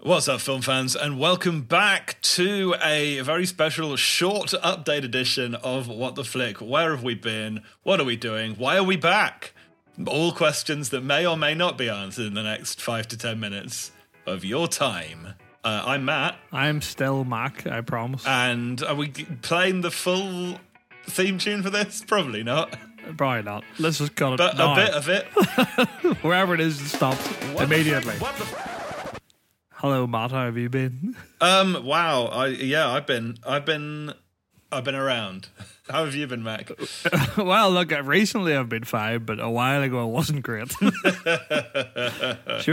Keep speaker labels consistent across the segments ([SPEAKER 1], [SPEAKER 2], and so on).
[SPEAKER 1] What's up, film fans, and welcome back to a very special short update edition of What the Flick. Where have we been? What are we doing? Why are we back? All questions that may or may not be answered in the next five to ten minutes of your time. Uh, I'm Matt,
[SPEAKER 2] I'm still Mac, I promise.
[SPEAKER 1] Uh, and are we g- playing the full theme tune for this? Probably not,
[SPEAKER 2] Probably not. Let's just cut it
[SPEAKER 1] but
[SPEAKER 2] now.
[SPEAKER 1] a bit of it.
[SPEAKER 2] Wherever it is, it stops immediately. Hello, Matt. How have you been?
[SPEAKER 1] Um. Wow. I yeah. I've been. I've been. I've been around. How have you been, Mac?
[SPEAKER 2] well, look, I- recently I've been fine, but a while ago I wasn't great. Should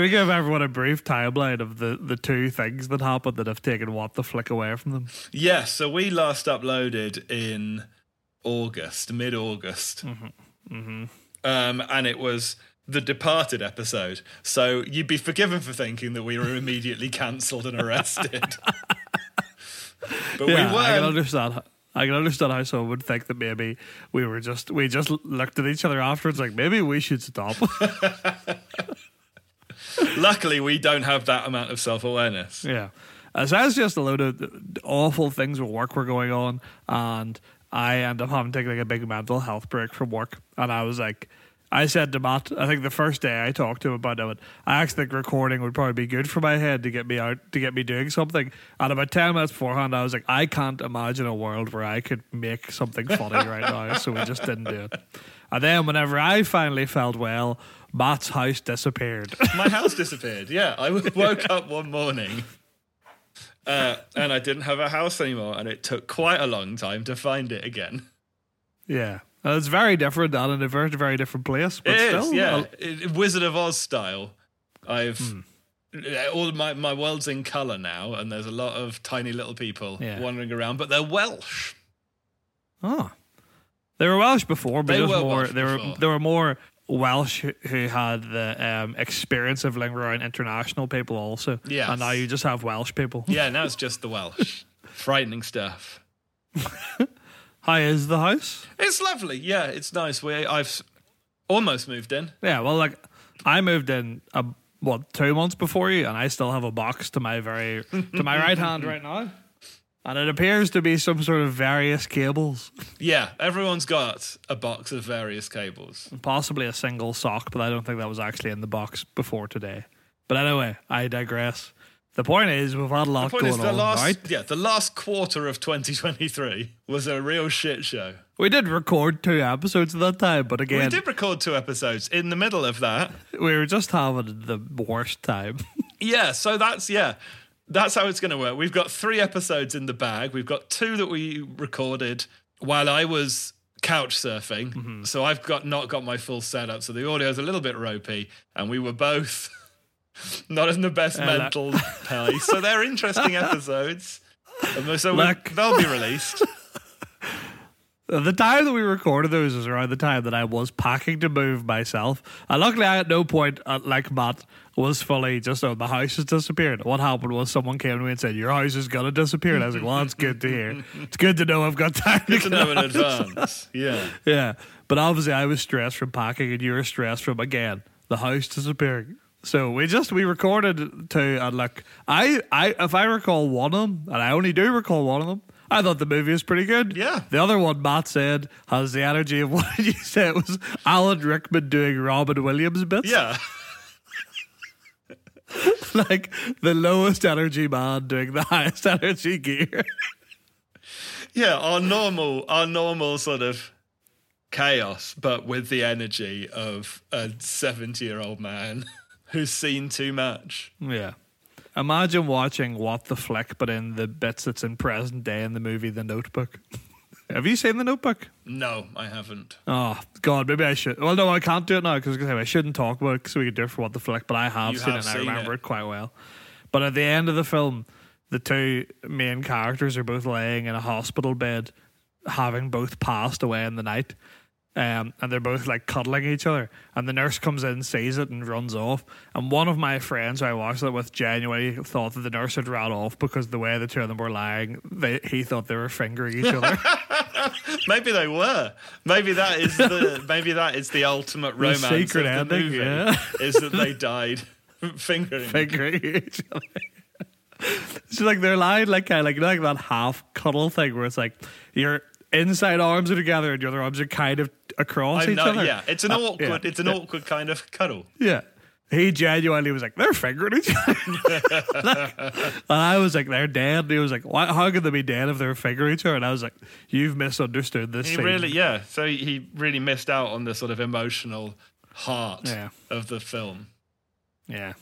[SPEAKER 2] we give everyone a brief timeline of the, the two things that happened that have taken what the flick away from them?
[SPEAKER 1] Yes, so we last uploaded in August, mid August. Mm-hmm. Mm-hmm. Um, and it was the Departed episode. So you'd be forgiven for thinking that we were immediately cancelled and arrested. but we
[SPEAKER 2] I can
[SPEAKER 1] weren't.
[SPEAKER 2] understand. ho- I can understand how someone would think that maybe we were just we just looked at each other afterwards like maybe we should stop.
[SPEAKER 1] Luckily, we don't have that amount of self awareness.
[SPEAKER 2] Yeah. Uh, so that's just a load of awful things with work were going on, and I end up having to take like a big mental health break from work. And I was like, I said to Matt, I think the first day I talked to him about it, I actually think recording would probably be good for my head to get me out, to get me doing something. And about 10 minutes beforehand, I was like, I can't imagine a world where I could make something funny right now. So we just didn't do it. And then whenever I finally felt well, Matt's house disappeared.
[SPEAKER 1] My house disappeared. Yeah, I w- woke up one morning. Uh, and I didn't have a house anymore, and it took quite a long time to find it again.
[SPEAKER 2] Yeah. Uh, it's very different and in a very, very different place, but
[SPEAKER 1] It is,
[SPEAKER 2] still.
[SPEAKER 1] yeah.
[SPEAKER 2] uh,
[SPEAKER 1] It- Wizard of Oz style. I've
[SPEAKER 2] Hmm.
[SPEAKER 1] uh, all my my world's in color now, and there's a lot of tiny little people
[SPEAKER 2] Yeah.
[SPEAKER 1] wandering around, but they're Welsh.
[SPEAKER 2] oh. They were Welsh before, but
[SPEAKER 1] They
[SPEAKER 2] it was
[SPEAKER 1] were
[SPEAKER 2] more,
[SPEAKER 1] Welsh
[SPEAKER 2] they, were,
[SPEAKER 1] before.
[SPEAKER 2] they were more Welsh who- who had the um, experience of lingering around international people also.
[SPEAKER 1] Yes.
[SPEAKER 2] And now you just have Welsh people.
[SPEAKER 1] Yeah, now it's just the Welsh. Frightening stuff.
[SPEAKER 2] How is the house?
[SPEAKER 1] It's lovely. Yeah, it's nice. We I've s- almost moved in.
[SPEAKER 2] Yeah, well, like, I moved in, uh, what, two months before you, and I still have a box to my very, to my right hand right now. And it appears to be some sort of various cables,
[SPEAKER 1] Yeah, everyone's got a box of various cables.
[SPEAKER 2] possibly a single sock, but I don't think that was actually in the box before today. But anyway, I digress. The point is, we've had a lot
[SPEAKER 1] Point
[SPEAKER 2] going
[SPEAKER 1] is, the
[SPEAKER 2] on,
[SPEAKER 1] last
[SPEAKER 2] right?
[SPEAKER 1] yeah, the last quarter of 2023 was a real shit show.
[SPEAKER 2] We did record two episodes at that time, but
[SPEAKER 1] We
[SPEAKER 2] again,
[SPEAKER 1] did record two episodes. In the middle of that,
[SPEAKER 2] we were just having the worst time.
[SPEAKER 1] Yeah, so that's yeah. That's how it's going to work. We've got 3 episodes in the bag. We've got 2 that we recorded while I was couch surfing. So I've got not got my full setup, so the audio's a little bit ropey and we were both not in the best
[SPEAKER 2] that-
[SPEAKER 1] mental place. So they're interesting episodes. And so we-
[SPEAKER 2] Look.
[SPEAKER 1] they'll be released.
[SPEAKER 2] The time that we recorded those was around the time that I was packing to move myself. And luckily, I at no point, uh, like Matt, was fully just, oh, the house has disappeared. What happened was someone came to me and said, Your house is going to disappear. And I was like, Well, that's good to hear. It's good to know I've got time to
[SPEAKER 1] to
[SPEAKER 2] get
[SPEAKER 1] know in
[SPEAKER 2] out."
[SPEAKER 1] advance. Yeah.
[SPEAKER 2] Yeah. But obviously, I was stressed from packing, and you were stressed from, again, the house disappearing. So we just we recorded two, and like I, I if I recall one of them, and I only do recall one of them, I thought the movie was pretty good.
[SPEAKER 1] Yeah.
[SPEAKER 2] The other one Matt said has the energy of what did you say? It was Alan Rickman doing Robin Williams bits.
[SPEAKER 1] Yeah.
[SPEAKER 2] like the lowest energy man doing the highest energy gear.
[SPEAKER 1] Yeah, our normal, our normal sort of chaos, but with the energy of a seventy-year-old man who's seen too much.
[SPEAKER 2] Yeah. Imagine watching What the Flick, but in the bits that's in present day in the movie The Notebook. Have you seen The Notebook?
[SPEAKER 1] No, I haven't.
[SPEAKER 2] Oh, God, maybe I should. Well, no, I can't do it now because I shouldn't talk about it because we could do it for What the Flick, but I have
[SPEAKER 1] You
[SPEAKER 2] seen
[SPEAKER 1] have
[SPEAKER 2] it and I
[SPEAKER 1] seen
[SPEAKER 2] remember
[SPEAKER 1] it.
[SPEAKER 2] it. quite well. But at the end of the film, the two main characters are both laying in a hospital bed, having both passed away in the night. Um, and they're both like cuddling each other. And the nurse comes in, sees it, and runs off. And one of my friends who I watched it with genuinely thought that the nurse had ran off because the way the two of them were lying, they, he thought they were fingering each other.
[SPEAKER 1] Maybe they were. Maybe that is the. Maybe that is the ultimate romance
[SPEAKER 2] secret
[SPEAKER 1] of the
[SPEAKER 2] ending,
[SPEAKER 1] movie.
[SPEAKER 2] yeah.
[SPEAKER 1] Is that they died fingering?
[SPEAKER 2] fingering each other. So like they're lying like kind of like you know, like that half cuddle thing where it's like your inside arms are together and your other arms are kind of across
[SPEAKER 1] I
[SPEAKER 2] each
[SPEAKER 1] know,
[SPEAKER 2] other.
[SPEAKER 1] yeah. It's an
[SPEAKER 2] Uh,
[SPEAKER 1] awkward,
[SPEAKER 2] yeah,
[SPEAKER 1] it's an
[SPEAKER 2] yeah,
[SPEAKER 1] awkward kind of cuddle.
[SPEAKER 2] Yeah. He genuinely was like, they're fingering each other. Like, and I was like, they're dead. And he was like, Why, how can they be dead if they're fingering each other? And I was like, you've misunderstood this
[SPEAKER 1] He
[SPEAKER 2] scene.
[SPEAKER 1] really, yeah. So he really missed out on the sort of emotional heart
[SPEAKER 2] Yeah.
[SPEAKER 1] of the film.
[SPEAKER 2] Yeah.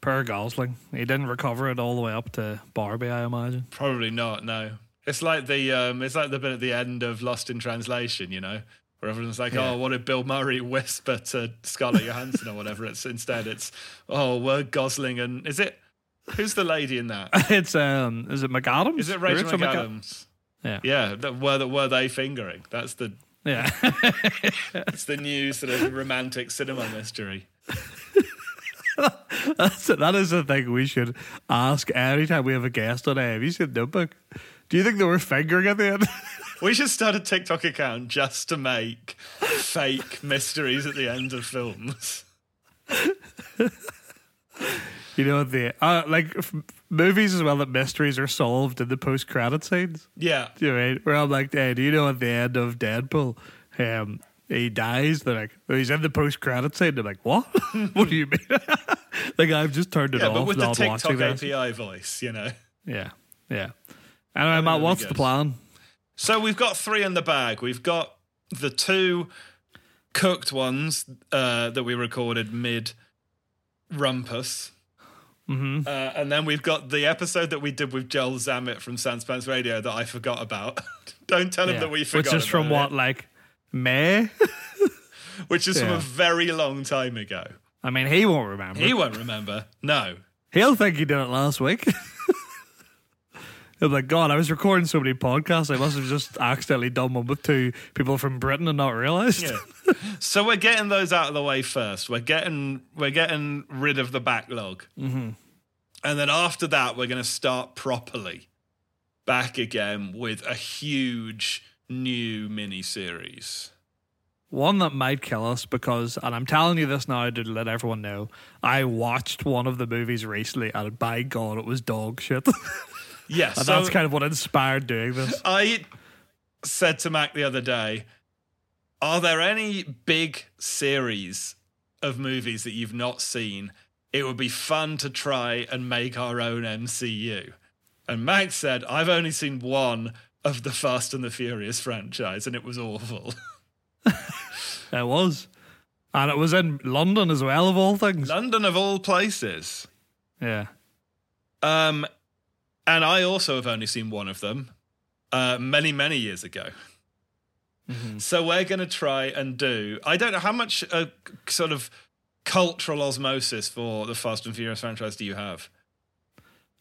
[SPEAKER 2] Per Gosling. He didn't recover it all the way up to Barbie, I imagine.
[SPEAKER 1] Probably not. No, it's like the um, it's like the bit at the end of Lost in Translation, you know, where everyone's like,
[SPEAKER 2] Yeah.
[SPEAKER 1] "Oh, what did Bill Murray whisper to Scarlett Johansson or whatever?" It's instead, it's "Oh, we're Gosling and is it who's the lady in that?
[SPEAKER 2] it's um is it McAdams?
[SPEAKER 1] Is it Rachel
[SPEAKER 2] Rachel McAd-
[SPEAKER 1] McAdams?
[SPEAKER 2] Yeah.
[SPEAKER 1] yeah. That were that were they fingering? That's the
[SPEAKER 2] Yeah.
[SPEAKER 1] it's the new sort of romantic cinema mystery.
[SPEAKER 2] That's that is the thing we should ask every time we have a guest on. eh, Have you seen Notebook? Do you think they were fingering at the end?
[SPEAKER 1] We should start a TikTok account just to make fake mysteries at the end of films.
[SPEAKER 2] you know the uh, like f- movies as well that mysteries are solved in the post credit scenes.
[SPEAKER 1] Yeah.
[SPEAKER 2] Do you know what I mean? Where I'm like, hey, do you know at the end of Deadpool, um, he dies? They're like, "Oh, he's in the post credit scene. They're like, what? what do you mean? like I've just turned it
[SPEAKER 1] Yeah,
[SPEAKER 2] off.
[SPEAKER 1] but with the
[SPEAKER 2] not
[SPEAKER 1] TikTok
[SPEAKER 2] watching this.
[SPEAKER 1] API voice, you know.
[SPEAKER 2] Yeah, yeah. Anyway, Matt,
[SPEAKER 1] that'd be
[SPEAKER 2] what's the
[SPEAKER 1] good.
[SPEAKER 2] plan?
[SPEAKER 1] So we've got three in the bag. We've got the two cooked ones uh, that we recorded mid rumpus. Mm-hmm. Uh, and then we've got the episode that we did with Joel Zammit from Sandspans Radio that I forgot about. Don't tell him
[SPEAKER 2] Yeah.
[SPEAKER 1] that we forgot.
[SPEAKER 2] Which is from
[SPEAKER 1] about
[SPEAKER 2] what, like May?
[SPEAKER 1] it, Which is from
[SPEAKER 2] Yeah.
[SPEAKER 1] a very long time ago.
[SPEAKER 2] I mean, he won't remember.
[SPEAKER 1] He won't remember. No.
[SPEAKER 2] He'll think he did it last week. He'll be like, God, I was recording so many podcasts, I must have just accidentally done one with two people from Britain and not realised.
[SPEAKER 1] Yeah. so we're getting those out of the way first. We're getting we're getting rid of the backlog, mm-hmm. and then after that, we're going to start properly back again with a huge new mini series.
[SPEAKER 2] One that might kill us because, and I'm telling you this now to let everyone know, I watched one of the movies recently and by God, it was dog shit. and
[SPEAKER 1] Yes,
[SPEAKER 2] that's kind of what inspired doing this.
[SPEAKER 1] I said to Mac the other day, are there any big series of movies that you've not seen? It would be fun to try and make our own MCU. And Mac said, I've only seen one of the Fast and the Furious franchise, and it was awful.
[SPEAKER 2] It was. And it was in London as well, of all things.
[SPEAKER 1] London of all places.
[SPEAKER 2] Yeah.
[SPEAKER 1] Um, and I also have only seen one of them uh, many, many years ago. So we're going to try and do. I don't know how much uh, sort of cultural osmosis for the Fast and Furious franchise do you have?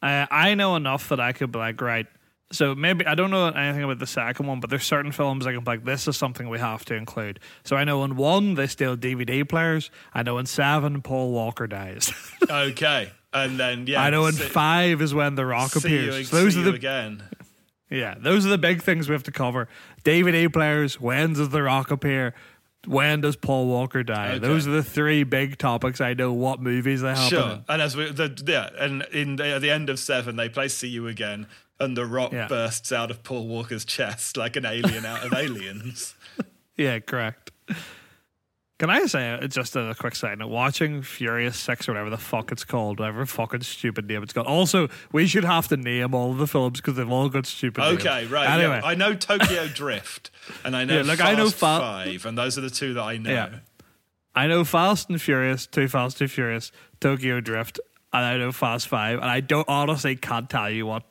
[SPEAKER 2] Uh, I know enough that I could be like, right. So maybe I don't know anything about the second one, but there's certain films I can be like, this is something we have to include. So I know in one they steal DVD players. I know in seven Paul Walker dies.
[SPEAKER 1] Okay, and then yeah,
[SPEAKER 2] I know in
[SPEAKER 1] see-
[SPEAKER 2] five is when The Rock
[SPEAKER 1] see
[SPEAKER 2] appears.
[SPEAKER 1] you,
[SPEAKER 2] So those
[SPEAKER 1] see
[SPEAKER 2] are
[SPEAKER 1] you
[SPEAKER 2] the
[SPEAKER 1] again.
[SPEAKER 2] yeah, those are the big things we have to cover. DVD players. When does The Rock appear? When does Paul Walker die?
[SPEAKER 1] Okay.
[SPEAKER 2] Those are the three big topics. I know what movies they happen.
[SPEAKER 1] Sure,
[SPEAKER 2] in.
[SPEAKER 1] and as we the, yeah, and in at the end of seven, they play "See You Again," and the Rock
[SPEAKER 2] Yeah.
[SPEAKER 1] bursts out of Paul Walker's chest like an alien out of Aliens.
[SPEAKER 2] Yeah, correct. Can I say uh, just a quick side note? Watching Furious Six or whatever the fuck it's called, whatever fucking stupid name it's got. Also, we should have to name all of the films because they've all got stupid. names.
[SPEAKER 1] Okay, right. yeah.
[SPEAKER 2] Anyway,
[SPEAKER 1] I know Tokyo Drift, and I know
[SPEAKER 2] Yeah, look,
[SPEAKER 1] Fast
[SPEAKER 2] I know Fa-
[SPEAKER 1] Five, and those are the two that I know.
[SPEAKER 2] Yeah. I know Fast and Furious, Too Fast, Too Furious, Tokyo Drift, and I know Fast Five, and I don't honestly can't tell you what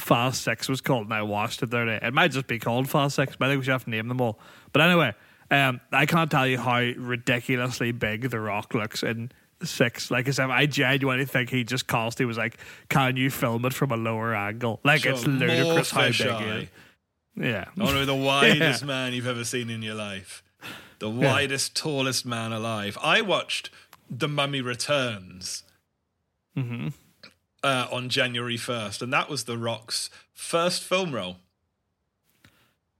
[SPEAKER 2] Fast Six was called. And I watched it the other day. It might just be called Fast Six, but I think we should have to name them all. But anyway, um, I can't tell you how ridiculously big The Rock looks in Six. Like I said, I genuinely think he just constantly was like, "Can you film it from a lower angle?" Like
[SPEAKER 1] Sure,
[SPEAKER 2] it's ludicrous
[SPEAKER 1] more Oh.
[SPEAKER 2] how big
[SPEAKER 1] fisheye.
[SPEAKER 2] he is. Yeah,
[SPEAKER 1] I want to be the widest man you've ever seen in your life. The widest, tallest man alive. I watched The Mummy Returns
[SPEAKER 2] Mm-hmm.
[SPEAKER 1] uh, on January 1st, and that was The Rock's first film role.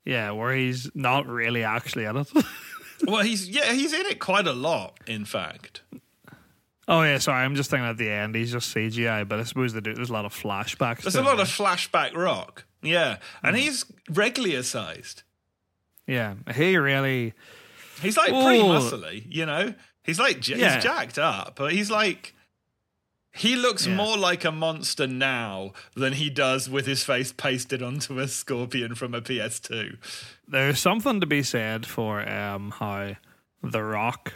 [SPEAKER 2] yeah, where he's not really actually in it.
[SPEAKER 1] Well, he's yeah, he's in it quite a lot, in fact.
[SPEAKER 2] Oh yeah, sorry. I'm just thinking at the end he's just CGI, but I suppose they do. There's a lot of flashbacks.
[SPEAKER 1] There's
[SPEAKER 2] to
[SPEAKER 1] a
[SPEAKER 2] it,
[SPEAKER 1] lot
[SPEAKER 2] yeah.
[SPEAKER 1] of flashback rock. Yeah. And he's regular sized.
[SPEAKER 2] yeah. He really
[SPEAKER 1] He's like pretty
[SPEAKER 2] Ooh.
[SPEAKER 1] muscly, you know? He's like, j-
[SPEAKER 2] Yeah.
[SPEAKER 1] he's jacked up, but he's like, he looks
[SPEAKER 2] Yeah.
[SPEAKER 1] more like a monster now than he does with his face pasted onto a scorpion from a PS2.
[SPEAKER 2] there's something to be said for um, how The Rock,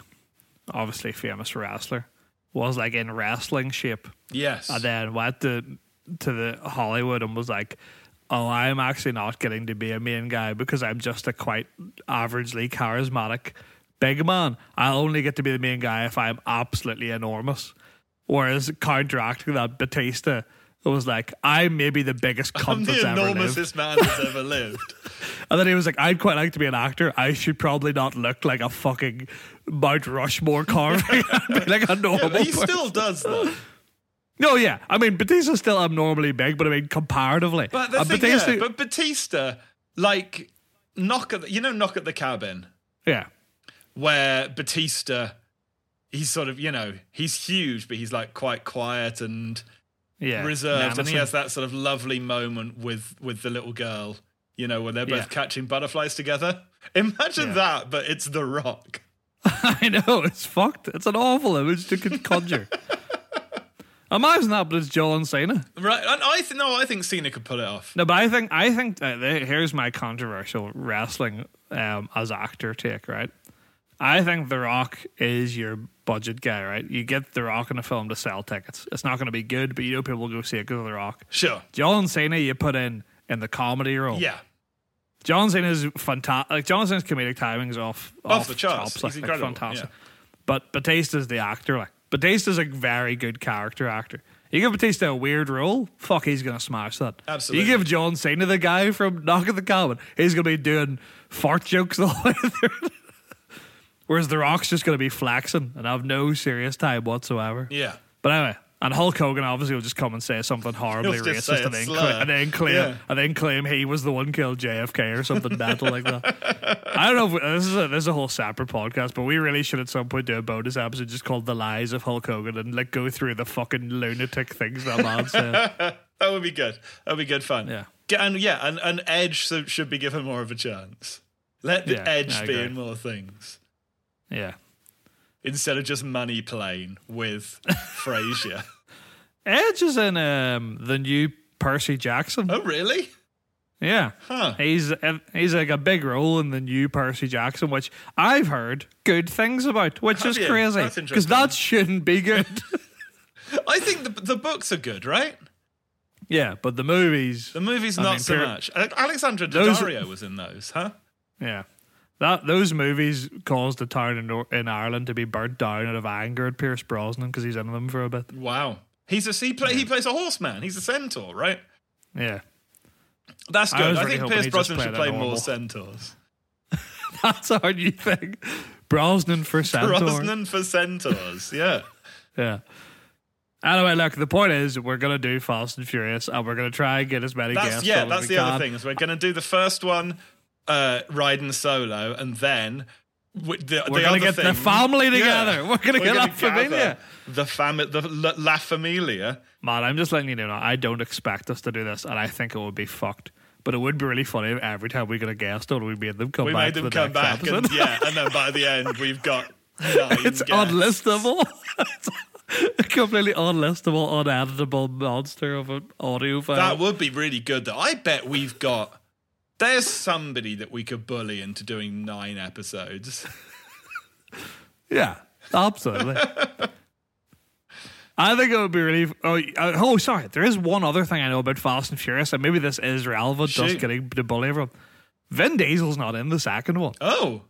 [SPEAKER 2] obviously famous wrestler, was like in wrestling shape,
[SPEAKER 1] Yes.
[SPEAKER 2] and then went to to the Hollywood and was like, "Oh, I'm actually not getting to be a main guy because I'm just a quite averagely charismatic big man. I'll only get to be the main guy if I'm absolutely enormous." Whereas counteracting that, Batista was like, "I'm maybe the biggest cunt
[SPEAKER 1] I'm the
[SPEAKER 2] that's ever lived."
[SPEAKER 1] enormousest man that's ever lived.
[SPEAKER 2] And then he was like, I'd quite like to be an actor. I should probably not look like a fucking Mount Rushmore carving. I'd be like a normal
[SPEAKER 1] But he
[SPEAKER 2] person.
[SPEAKER 1] still does that.
[SPEAKER 2] No, yeah. I mean, Batista's still abnormally big, but I mean, comparatively.
[SPEAKER 1] But the
[SPEAKER 2] Uh,
[SPEAKER 1] thing,
[SPEAKER 2] Batista,
[SPEAKER 1] yeah, but Batista, like, knock at the, you know, knock at the cabin.
[SPEAKER 2] yeah.
[SPEAKER 1] where Batista, he's sort of, you know, he's huge, but he's like quite quiet and
[SPEAKER 2] Yeah.
[SPEAKER 1] reserved. And he
[SPEAKER 2] Nanison.
[SPEAKER 1] has that sort of lovely moment with with the little girl, you know, where they're both
[SPEAKER 2] Yeah.
[SPEAKER 1] catching butterflies together. Imagine
[SPEAKER 2] Yeah.
[SPEAKER 1] that, but it's The Rock.
[SPEAKER 2] I know, it's fucked. It's an awful image to con- conjure. Imagine that, but it's John Cena.
[SPEAKER 1] Right. And I th- no, I think Cena could pull it off.
[SPEAKER 2] No, but I think I think that the- here's my controversial wrestling um, as actor take. Right, I think The Rock is your budget guy. Right, you get The Rock in a film to sell tickets. It's not going to be good, but you know people will go see it because of The Rock.
[SPEAKER 1] Sure.
[SPEAKER 2] John Cena, you put in in the comedy role.
[SPEAKER 1] Yeah.
[SPEAKER 2] John Cena's fantastic. Like John Cena's comedic timing is off
[SPEAKER 1] Off the charts.
[SPEAKER 2] like,
[SPEAKER 1] He's incredible,
[SPEAKER 2] like, fantastic. But Batista's the actor. Like Batista's a very good character actor. You give Batista a weird role, fuck, he's gonna smash that.
[SPEAKER 1] Absolutely.
[SPEAKER 2] You give John Cena the guy from Knock at the Cabin, he's gonna be doing fart jokes all the way through. Whereas The Rock's just gonna be flaxing and have no serious time whatsoever.
[SPEAKER 1] Yeah.
[SPEAKER 2] But anyway, and Hulk Hogan obviously will just come and say something horribly
[SPEAKER 1] He'll just say
[SPEAKER 2] racist
[SPEAKER 1] a
[SPEAKER 2] and then,
[SPEAKER 1] slur.
[SPEAKER 2] cla- and then claim
[SPEAKER 1] Yeah.
[SPEAKER 2] and then claim he was the one who killed JFK or something mental like that. I don't know. If we, this is a, this is a whole separate podcast, but we really should at some point do a bonus episode just called "The Lies of Hulk Hogan" and like go through the fucking lunatic things that man said.
[SPEAKER 1] That would be good. That would be good fun.
[SPEAKER 2] Yeah.
[SPEAKER 1] Get- And yeah, and, and Edge so- should be given more of a chance. Let the
[SPEAKER 2] Yeah,
[SPEAKER 1] Edge
[SPEAKER 2] I
[SPEAKER 1] be
[SPEAKER 2] agree.
[SPEAKER 1] in more things.
[SPEAKER 2] Yeah,
[SPEAKER 1] instead of just money playing with Frasier.
[SPEAKER 2] Edge is in um, the new Percy Jackson.
[SPEAKER 1] Oh, really?
[SPEAKER 2] Yeah.
[SPEAKER 1] Huh.
[SPEAKER 2] He's he's like a big role in the new Percy Jackson, which I've heard good things about, which is
[SPEAKER 1] you?
[SPEAKER 2] crazy
[SPEAKER 1] Oh, That's
[SPEAKER 2] because
[SPEAKER 1] interesting.
[SPEAKER 2] that shouldn't be good.
[SPEAKER 1] I think the, the books are good, right?
[SPEAKER 2] yeah, but the movies,
[SPEAKER 1] The movie's
[SPEAKER 2] I
[SPEAKER 1] not
[SPEAKER 2] mean,
[SPEAKER 1] so
[SPEAKER 2] per-
[SPEAKER 1] much. Ale- Alexandra
[SPEAKER 2] Those-
[SPEAKER 1] Daddario was in those, huh?
[SPEAKER 2] yeah, that those movies caused the town in, Nor- in Ireland to be burnt down out of anger at Pierce Brosnan because he's in them for a bit.
[SPEAKER 1] Wow. He's a he, play, he plays a horseman. He's a centaur, right?
[SPEAKER 2] Yeah,
[SPEAKER 1] That's
[SPEAKER 2] I
[SPEAKER 1] good.
[SPEAKER 2] was
[SPEAKER 1] I,
[SPEAKER 2] really
[SPEAKER 1] think
[SPEAKER 2] hoping
[SPEAKER 1] Pierce
[SPEAKER 2] he just
[SPEAKER 1] Brosnan should
[SPEAKER 2] played a
[SPEAKER 1] play more
[SPEAKER 2] normal.
[SPEAKER 1] centaurs.
[SPEAKER 2] that's our new thing. Brosnan for Centaur.
[SPEAKER 1] Brosnan for centaurs, yeah.
[SPEAKER 2] Yeah. Anyway, look, the point is we're gonna do Fast and Furious, and we're gonna try and get as many
[SPEAKER 1] That's
[SPEAKER 2] guests.
[SPEAKER 1] yeah.
[SPEAKER 2] on as
[SPEAKER 1] That's
[SPEAKER 2] we
[SPEAKER 1] the
[SPEAKER 2] can.
[SPEAKER 1] other thing is we're going to do the first one, uh, riding solo, and then w- the,
[SPEAKER 2] We're
[SPEAKER 1] the
[SPEAKER 2] gonna
[SPEAKER 1] other
[SPEAKER 2] get the
[SPEAKER 1] thing-
[SPEAKER 2] family
[SPEAKER 1] Yeah.
[SPEAKER 2] together. We're gonna get
[SPEAKER 1] gonna
[SPEAKER 2] La Familia.
[SPEAKER 1] gather the family, the La, La Familia.
[SPEAKER 2] Man, I'm just letting you know. now, I don't expect us to do this, and I think it would be fucked. But it would be really funny if every time we got a guest on, we made them come
[SPEAKER 1] We made
[SPEAKER 2] back.
[SPEAKER 1] them
[SPEAKER 2] to the
[SPEAKER 1] come
[SPEAKER 2] next
[SPEAKER 1] back,
[SPEAKER 2] episode.
[SPEAKER 1] and yeah, and then by the end we've got nine guests.
[SPEAKER 2] it's unlistable. it's a completely unlistable, uneditable monster of an audio file.
[SPEAKER 1] That would be really good, though. I bet we've got. There's somebody that we could bully into doing nine episodes.
[SPEAKER 2] Yeah, absolutely. I think it would be really. Oh, uh, oh, sorry. There is one other thing I know about Fast and Furious, and maybe this is relevant.
[SPEAKER 1] Shoot.
[SPEAKER 2] Just getting to bully everyone. Vin Diesel's not in the second one.
[SPEAKER 1] Oh,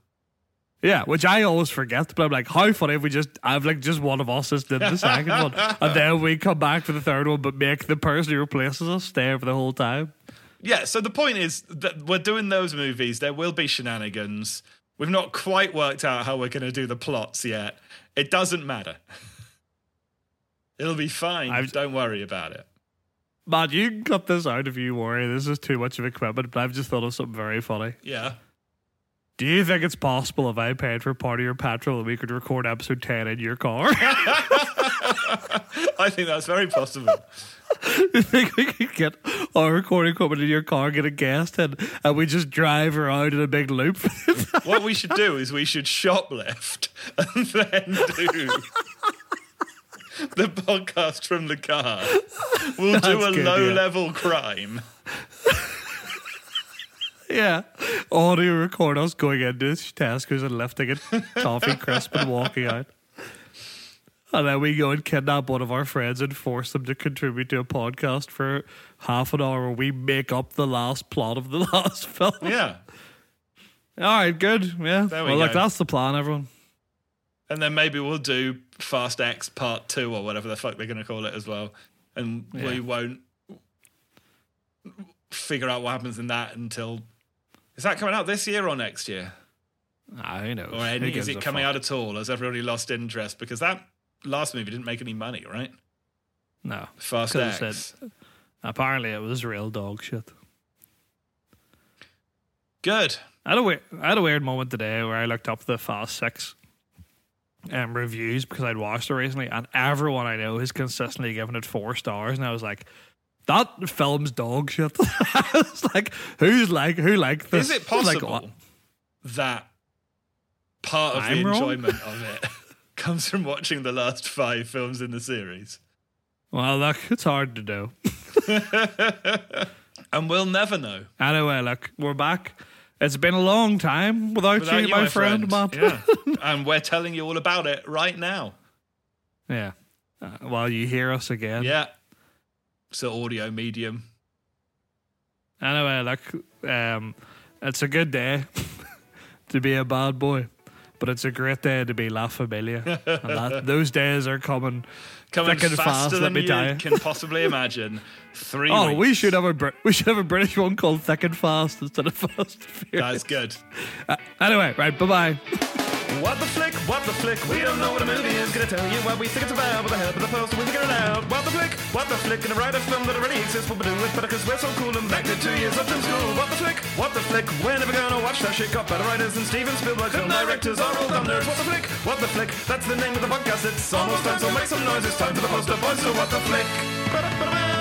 [SPEAKER 2] Yeah, which I always forget. But I'm like, how funny if we just, I've like just one of us just did the second one, and then we come back for the third one, but make the person who replaces us stay for the whole time.
[SPEAKER 1] yeah. So the point is that we're doing those movies. There will be shenanigans. We've not quite worked out how we're going to do the plots yet. It doesn't matter. It'll be fine.
[SPEAKER 2] I've-
[SPEAKER 1] Don't worry about it.
[SPEAKER 2] Man, you can cut this out if you worry. This is too much of equipment, but I've just thought of something very funny.
[SPEAKER 1] Yeah.
[SPEAKER 2] Do you think it's possible if I paid for part of your petrol that we could record episode 10 in your car?
[SPEAKER 1] I think that's very possible.
[SPEAKER 2] you think we could get our recording equipment in your car, get a guest, and, and we just drive around in a big loop?
[SPEAKER 1] what we should do is we should shoplift and then do the podcast from the car. We'll do
[SPEAKER 2] That's
[SPEAKER 1] a
[SPEAKER 2] good,
[SPEAKER 1] low
[SPEAKER 2] yeah.
[SPEAKER 1] level crime.
[SPEAKER 2] yeah. Audio record us going into Tesco's and lifting it, toffee crisp, and walking out. And then we go and kidnap one of our friends and force them to contribute to a podcast for half an hour where we make up the last plot of the last film.
[SPEAKER 1] Yeah.
[SPEAKER 2] All right, good. Yeah.
[SPEAKER 1] There we
[SPEAKER 2] well, look,
[SPEAKER 1] go.
[SPEAKER 2] that's the plan, everyone.
[SPEAKER 1] And then maybe we'll do Fast X Part 2 or whatever the fuck they're going to call it as well. And
[SPEAKER 2] Yeah.
[SPEAKER 1] we won't figure out what happens in that until. Is that coming out this year or next year?
[SPEAKER 2] I know.
[SPEAKER 1] Or any, is it coming out at all? Has everybody lost interest? Because that last movie didn't make any money, right?
[SPEAKER 2] No.
[SPEAKER 1] Fast
[SPEAKER 2] 'Cause
[SPEAKER 1] X.
[SPEAKER 2] it said- apparently it was real dog shit.
[SPEAKER 1] Good.
[SPEAKER 2] I had a weird, I had a weird moment today where I looked up the Fast Six um, reviews because I'd watched it recently, and everyone I know has consistently given it four stars, and I was like, "That film's dog shit." I was like, "Who's like who liked this?"
[SPEAKER 1] Is it
[SPEAKER 2] Like,
[SPEAKER 1] possible that part of
[SPEAKER 2] I'm
[SPEAKER 1] the
[SPEAKER 2] wrong?
[SPEAKER 1] enjoyment of it comes from watching the last five films in the series?
[SPEAKER 2] well, look, it's hard to know.
[SPEAKER 1] And we'll never know.
[SPEAKER 2] Anyway, look, we're back. It's been a long time without,
[SPEAKER 1] Without
[SPEAKER 2] you,
[SPEAKER 1] you,
[SPEAKER 2] my, friend, Matt.
[SPEAKER 1] Yeah. and we're telling you all about it right now.
[SPEAKER 2] Yeah. Uh, well, you hear us again.
[SPEAKER 1] Yeah. It's an audio medium.
[SPEAKER 2] Anyway, look, um, it's a good day to be a bad boy, but it's a great day to be La Familia. And that, those days are coming.
[SPEAKER 1] Coming
[SPEAKER 2] Thick and
[SPEAKER 1] faster
[SPEAKER 2] fast, let
[SPEAKER 1] than
[SPEAKER 2] me
[SPEAKER 1] you
[SPEAKER 2] tell you.
[SPEAKER 1] can possibly imagine. Three
[SPEAKER 2] Oh,
[SPEAKER 1] weeks.
[SPEAKER 2] we should have a Brit- we should have a British one called Thick and Fast instead of Fast and Furious.
[SPEAKER 1] That's good.
[SPEAKER 2] Anyway, right, bye bye.
[SPEAKER 1] What the flick, what the flick, we don't know what a movie is Gonna tell you what we think it's about with the help of the poster, we figure it out What the flick, what the flick, gonna write a film that already exists But we do it better cause we're so cool and back to two years up in school What the flick, what the flick, we're never gonna watch that shit Got better writers than Steven Spielberg, film directors are all dumb nerds What the flick, what the flick, that's the name of the podcast It's almost time, so make some noise, it's time for the poster boys So what the flick Ba-da-ba-da-ba.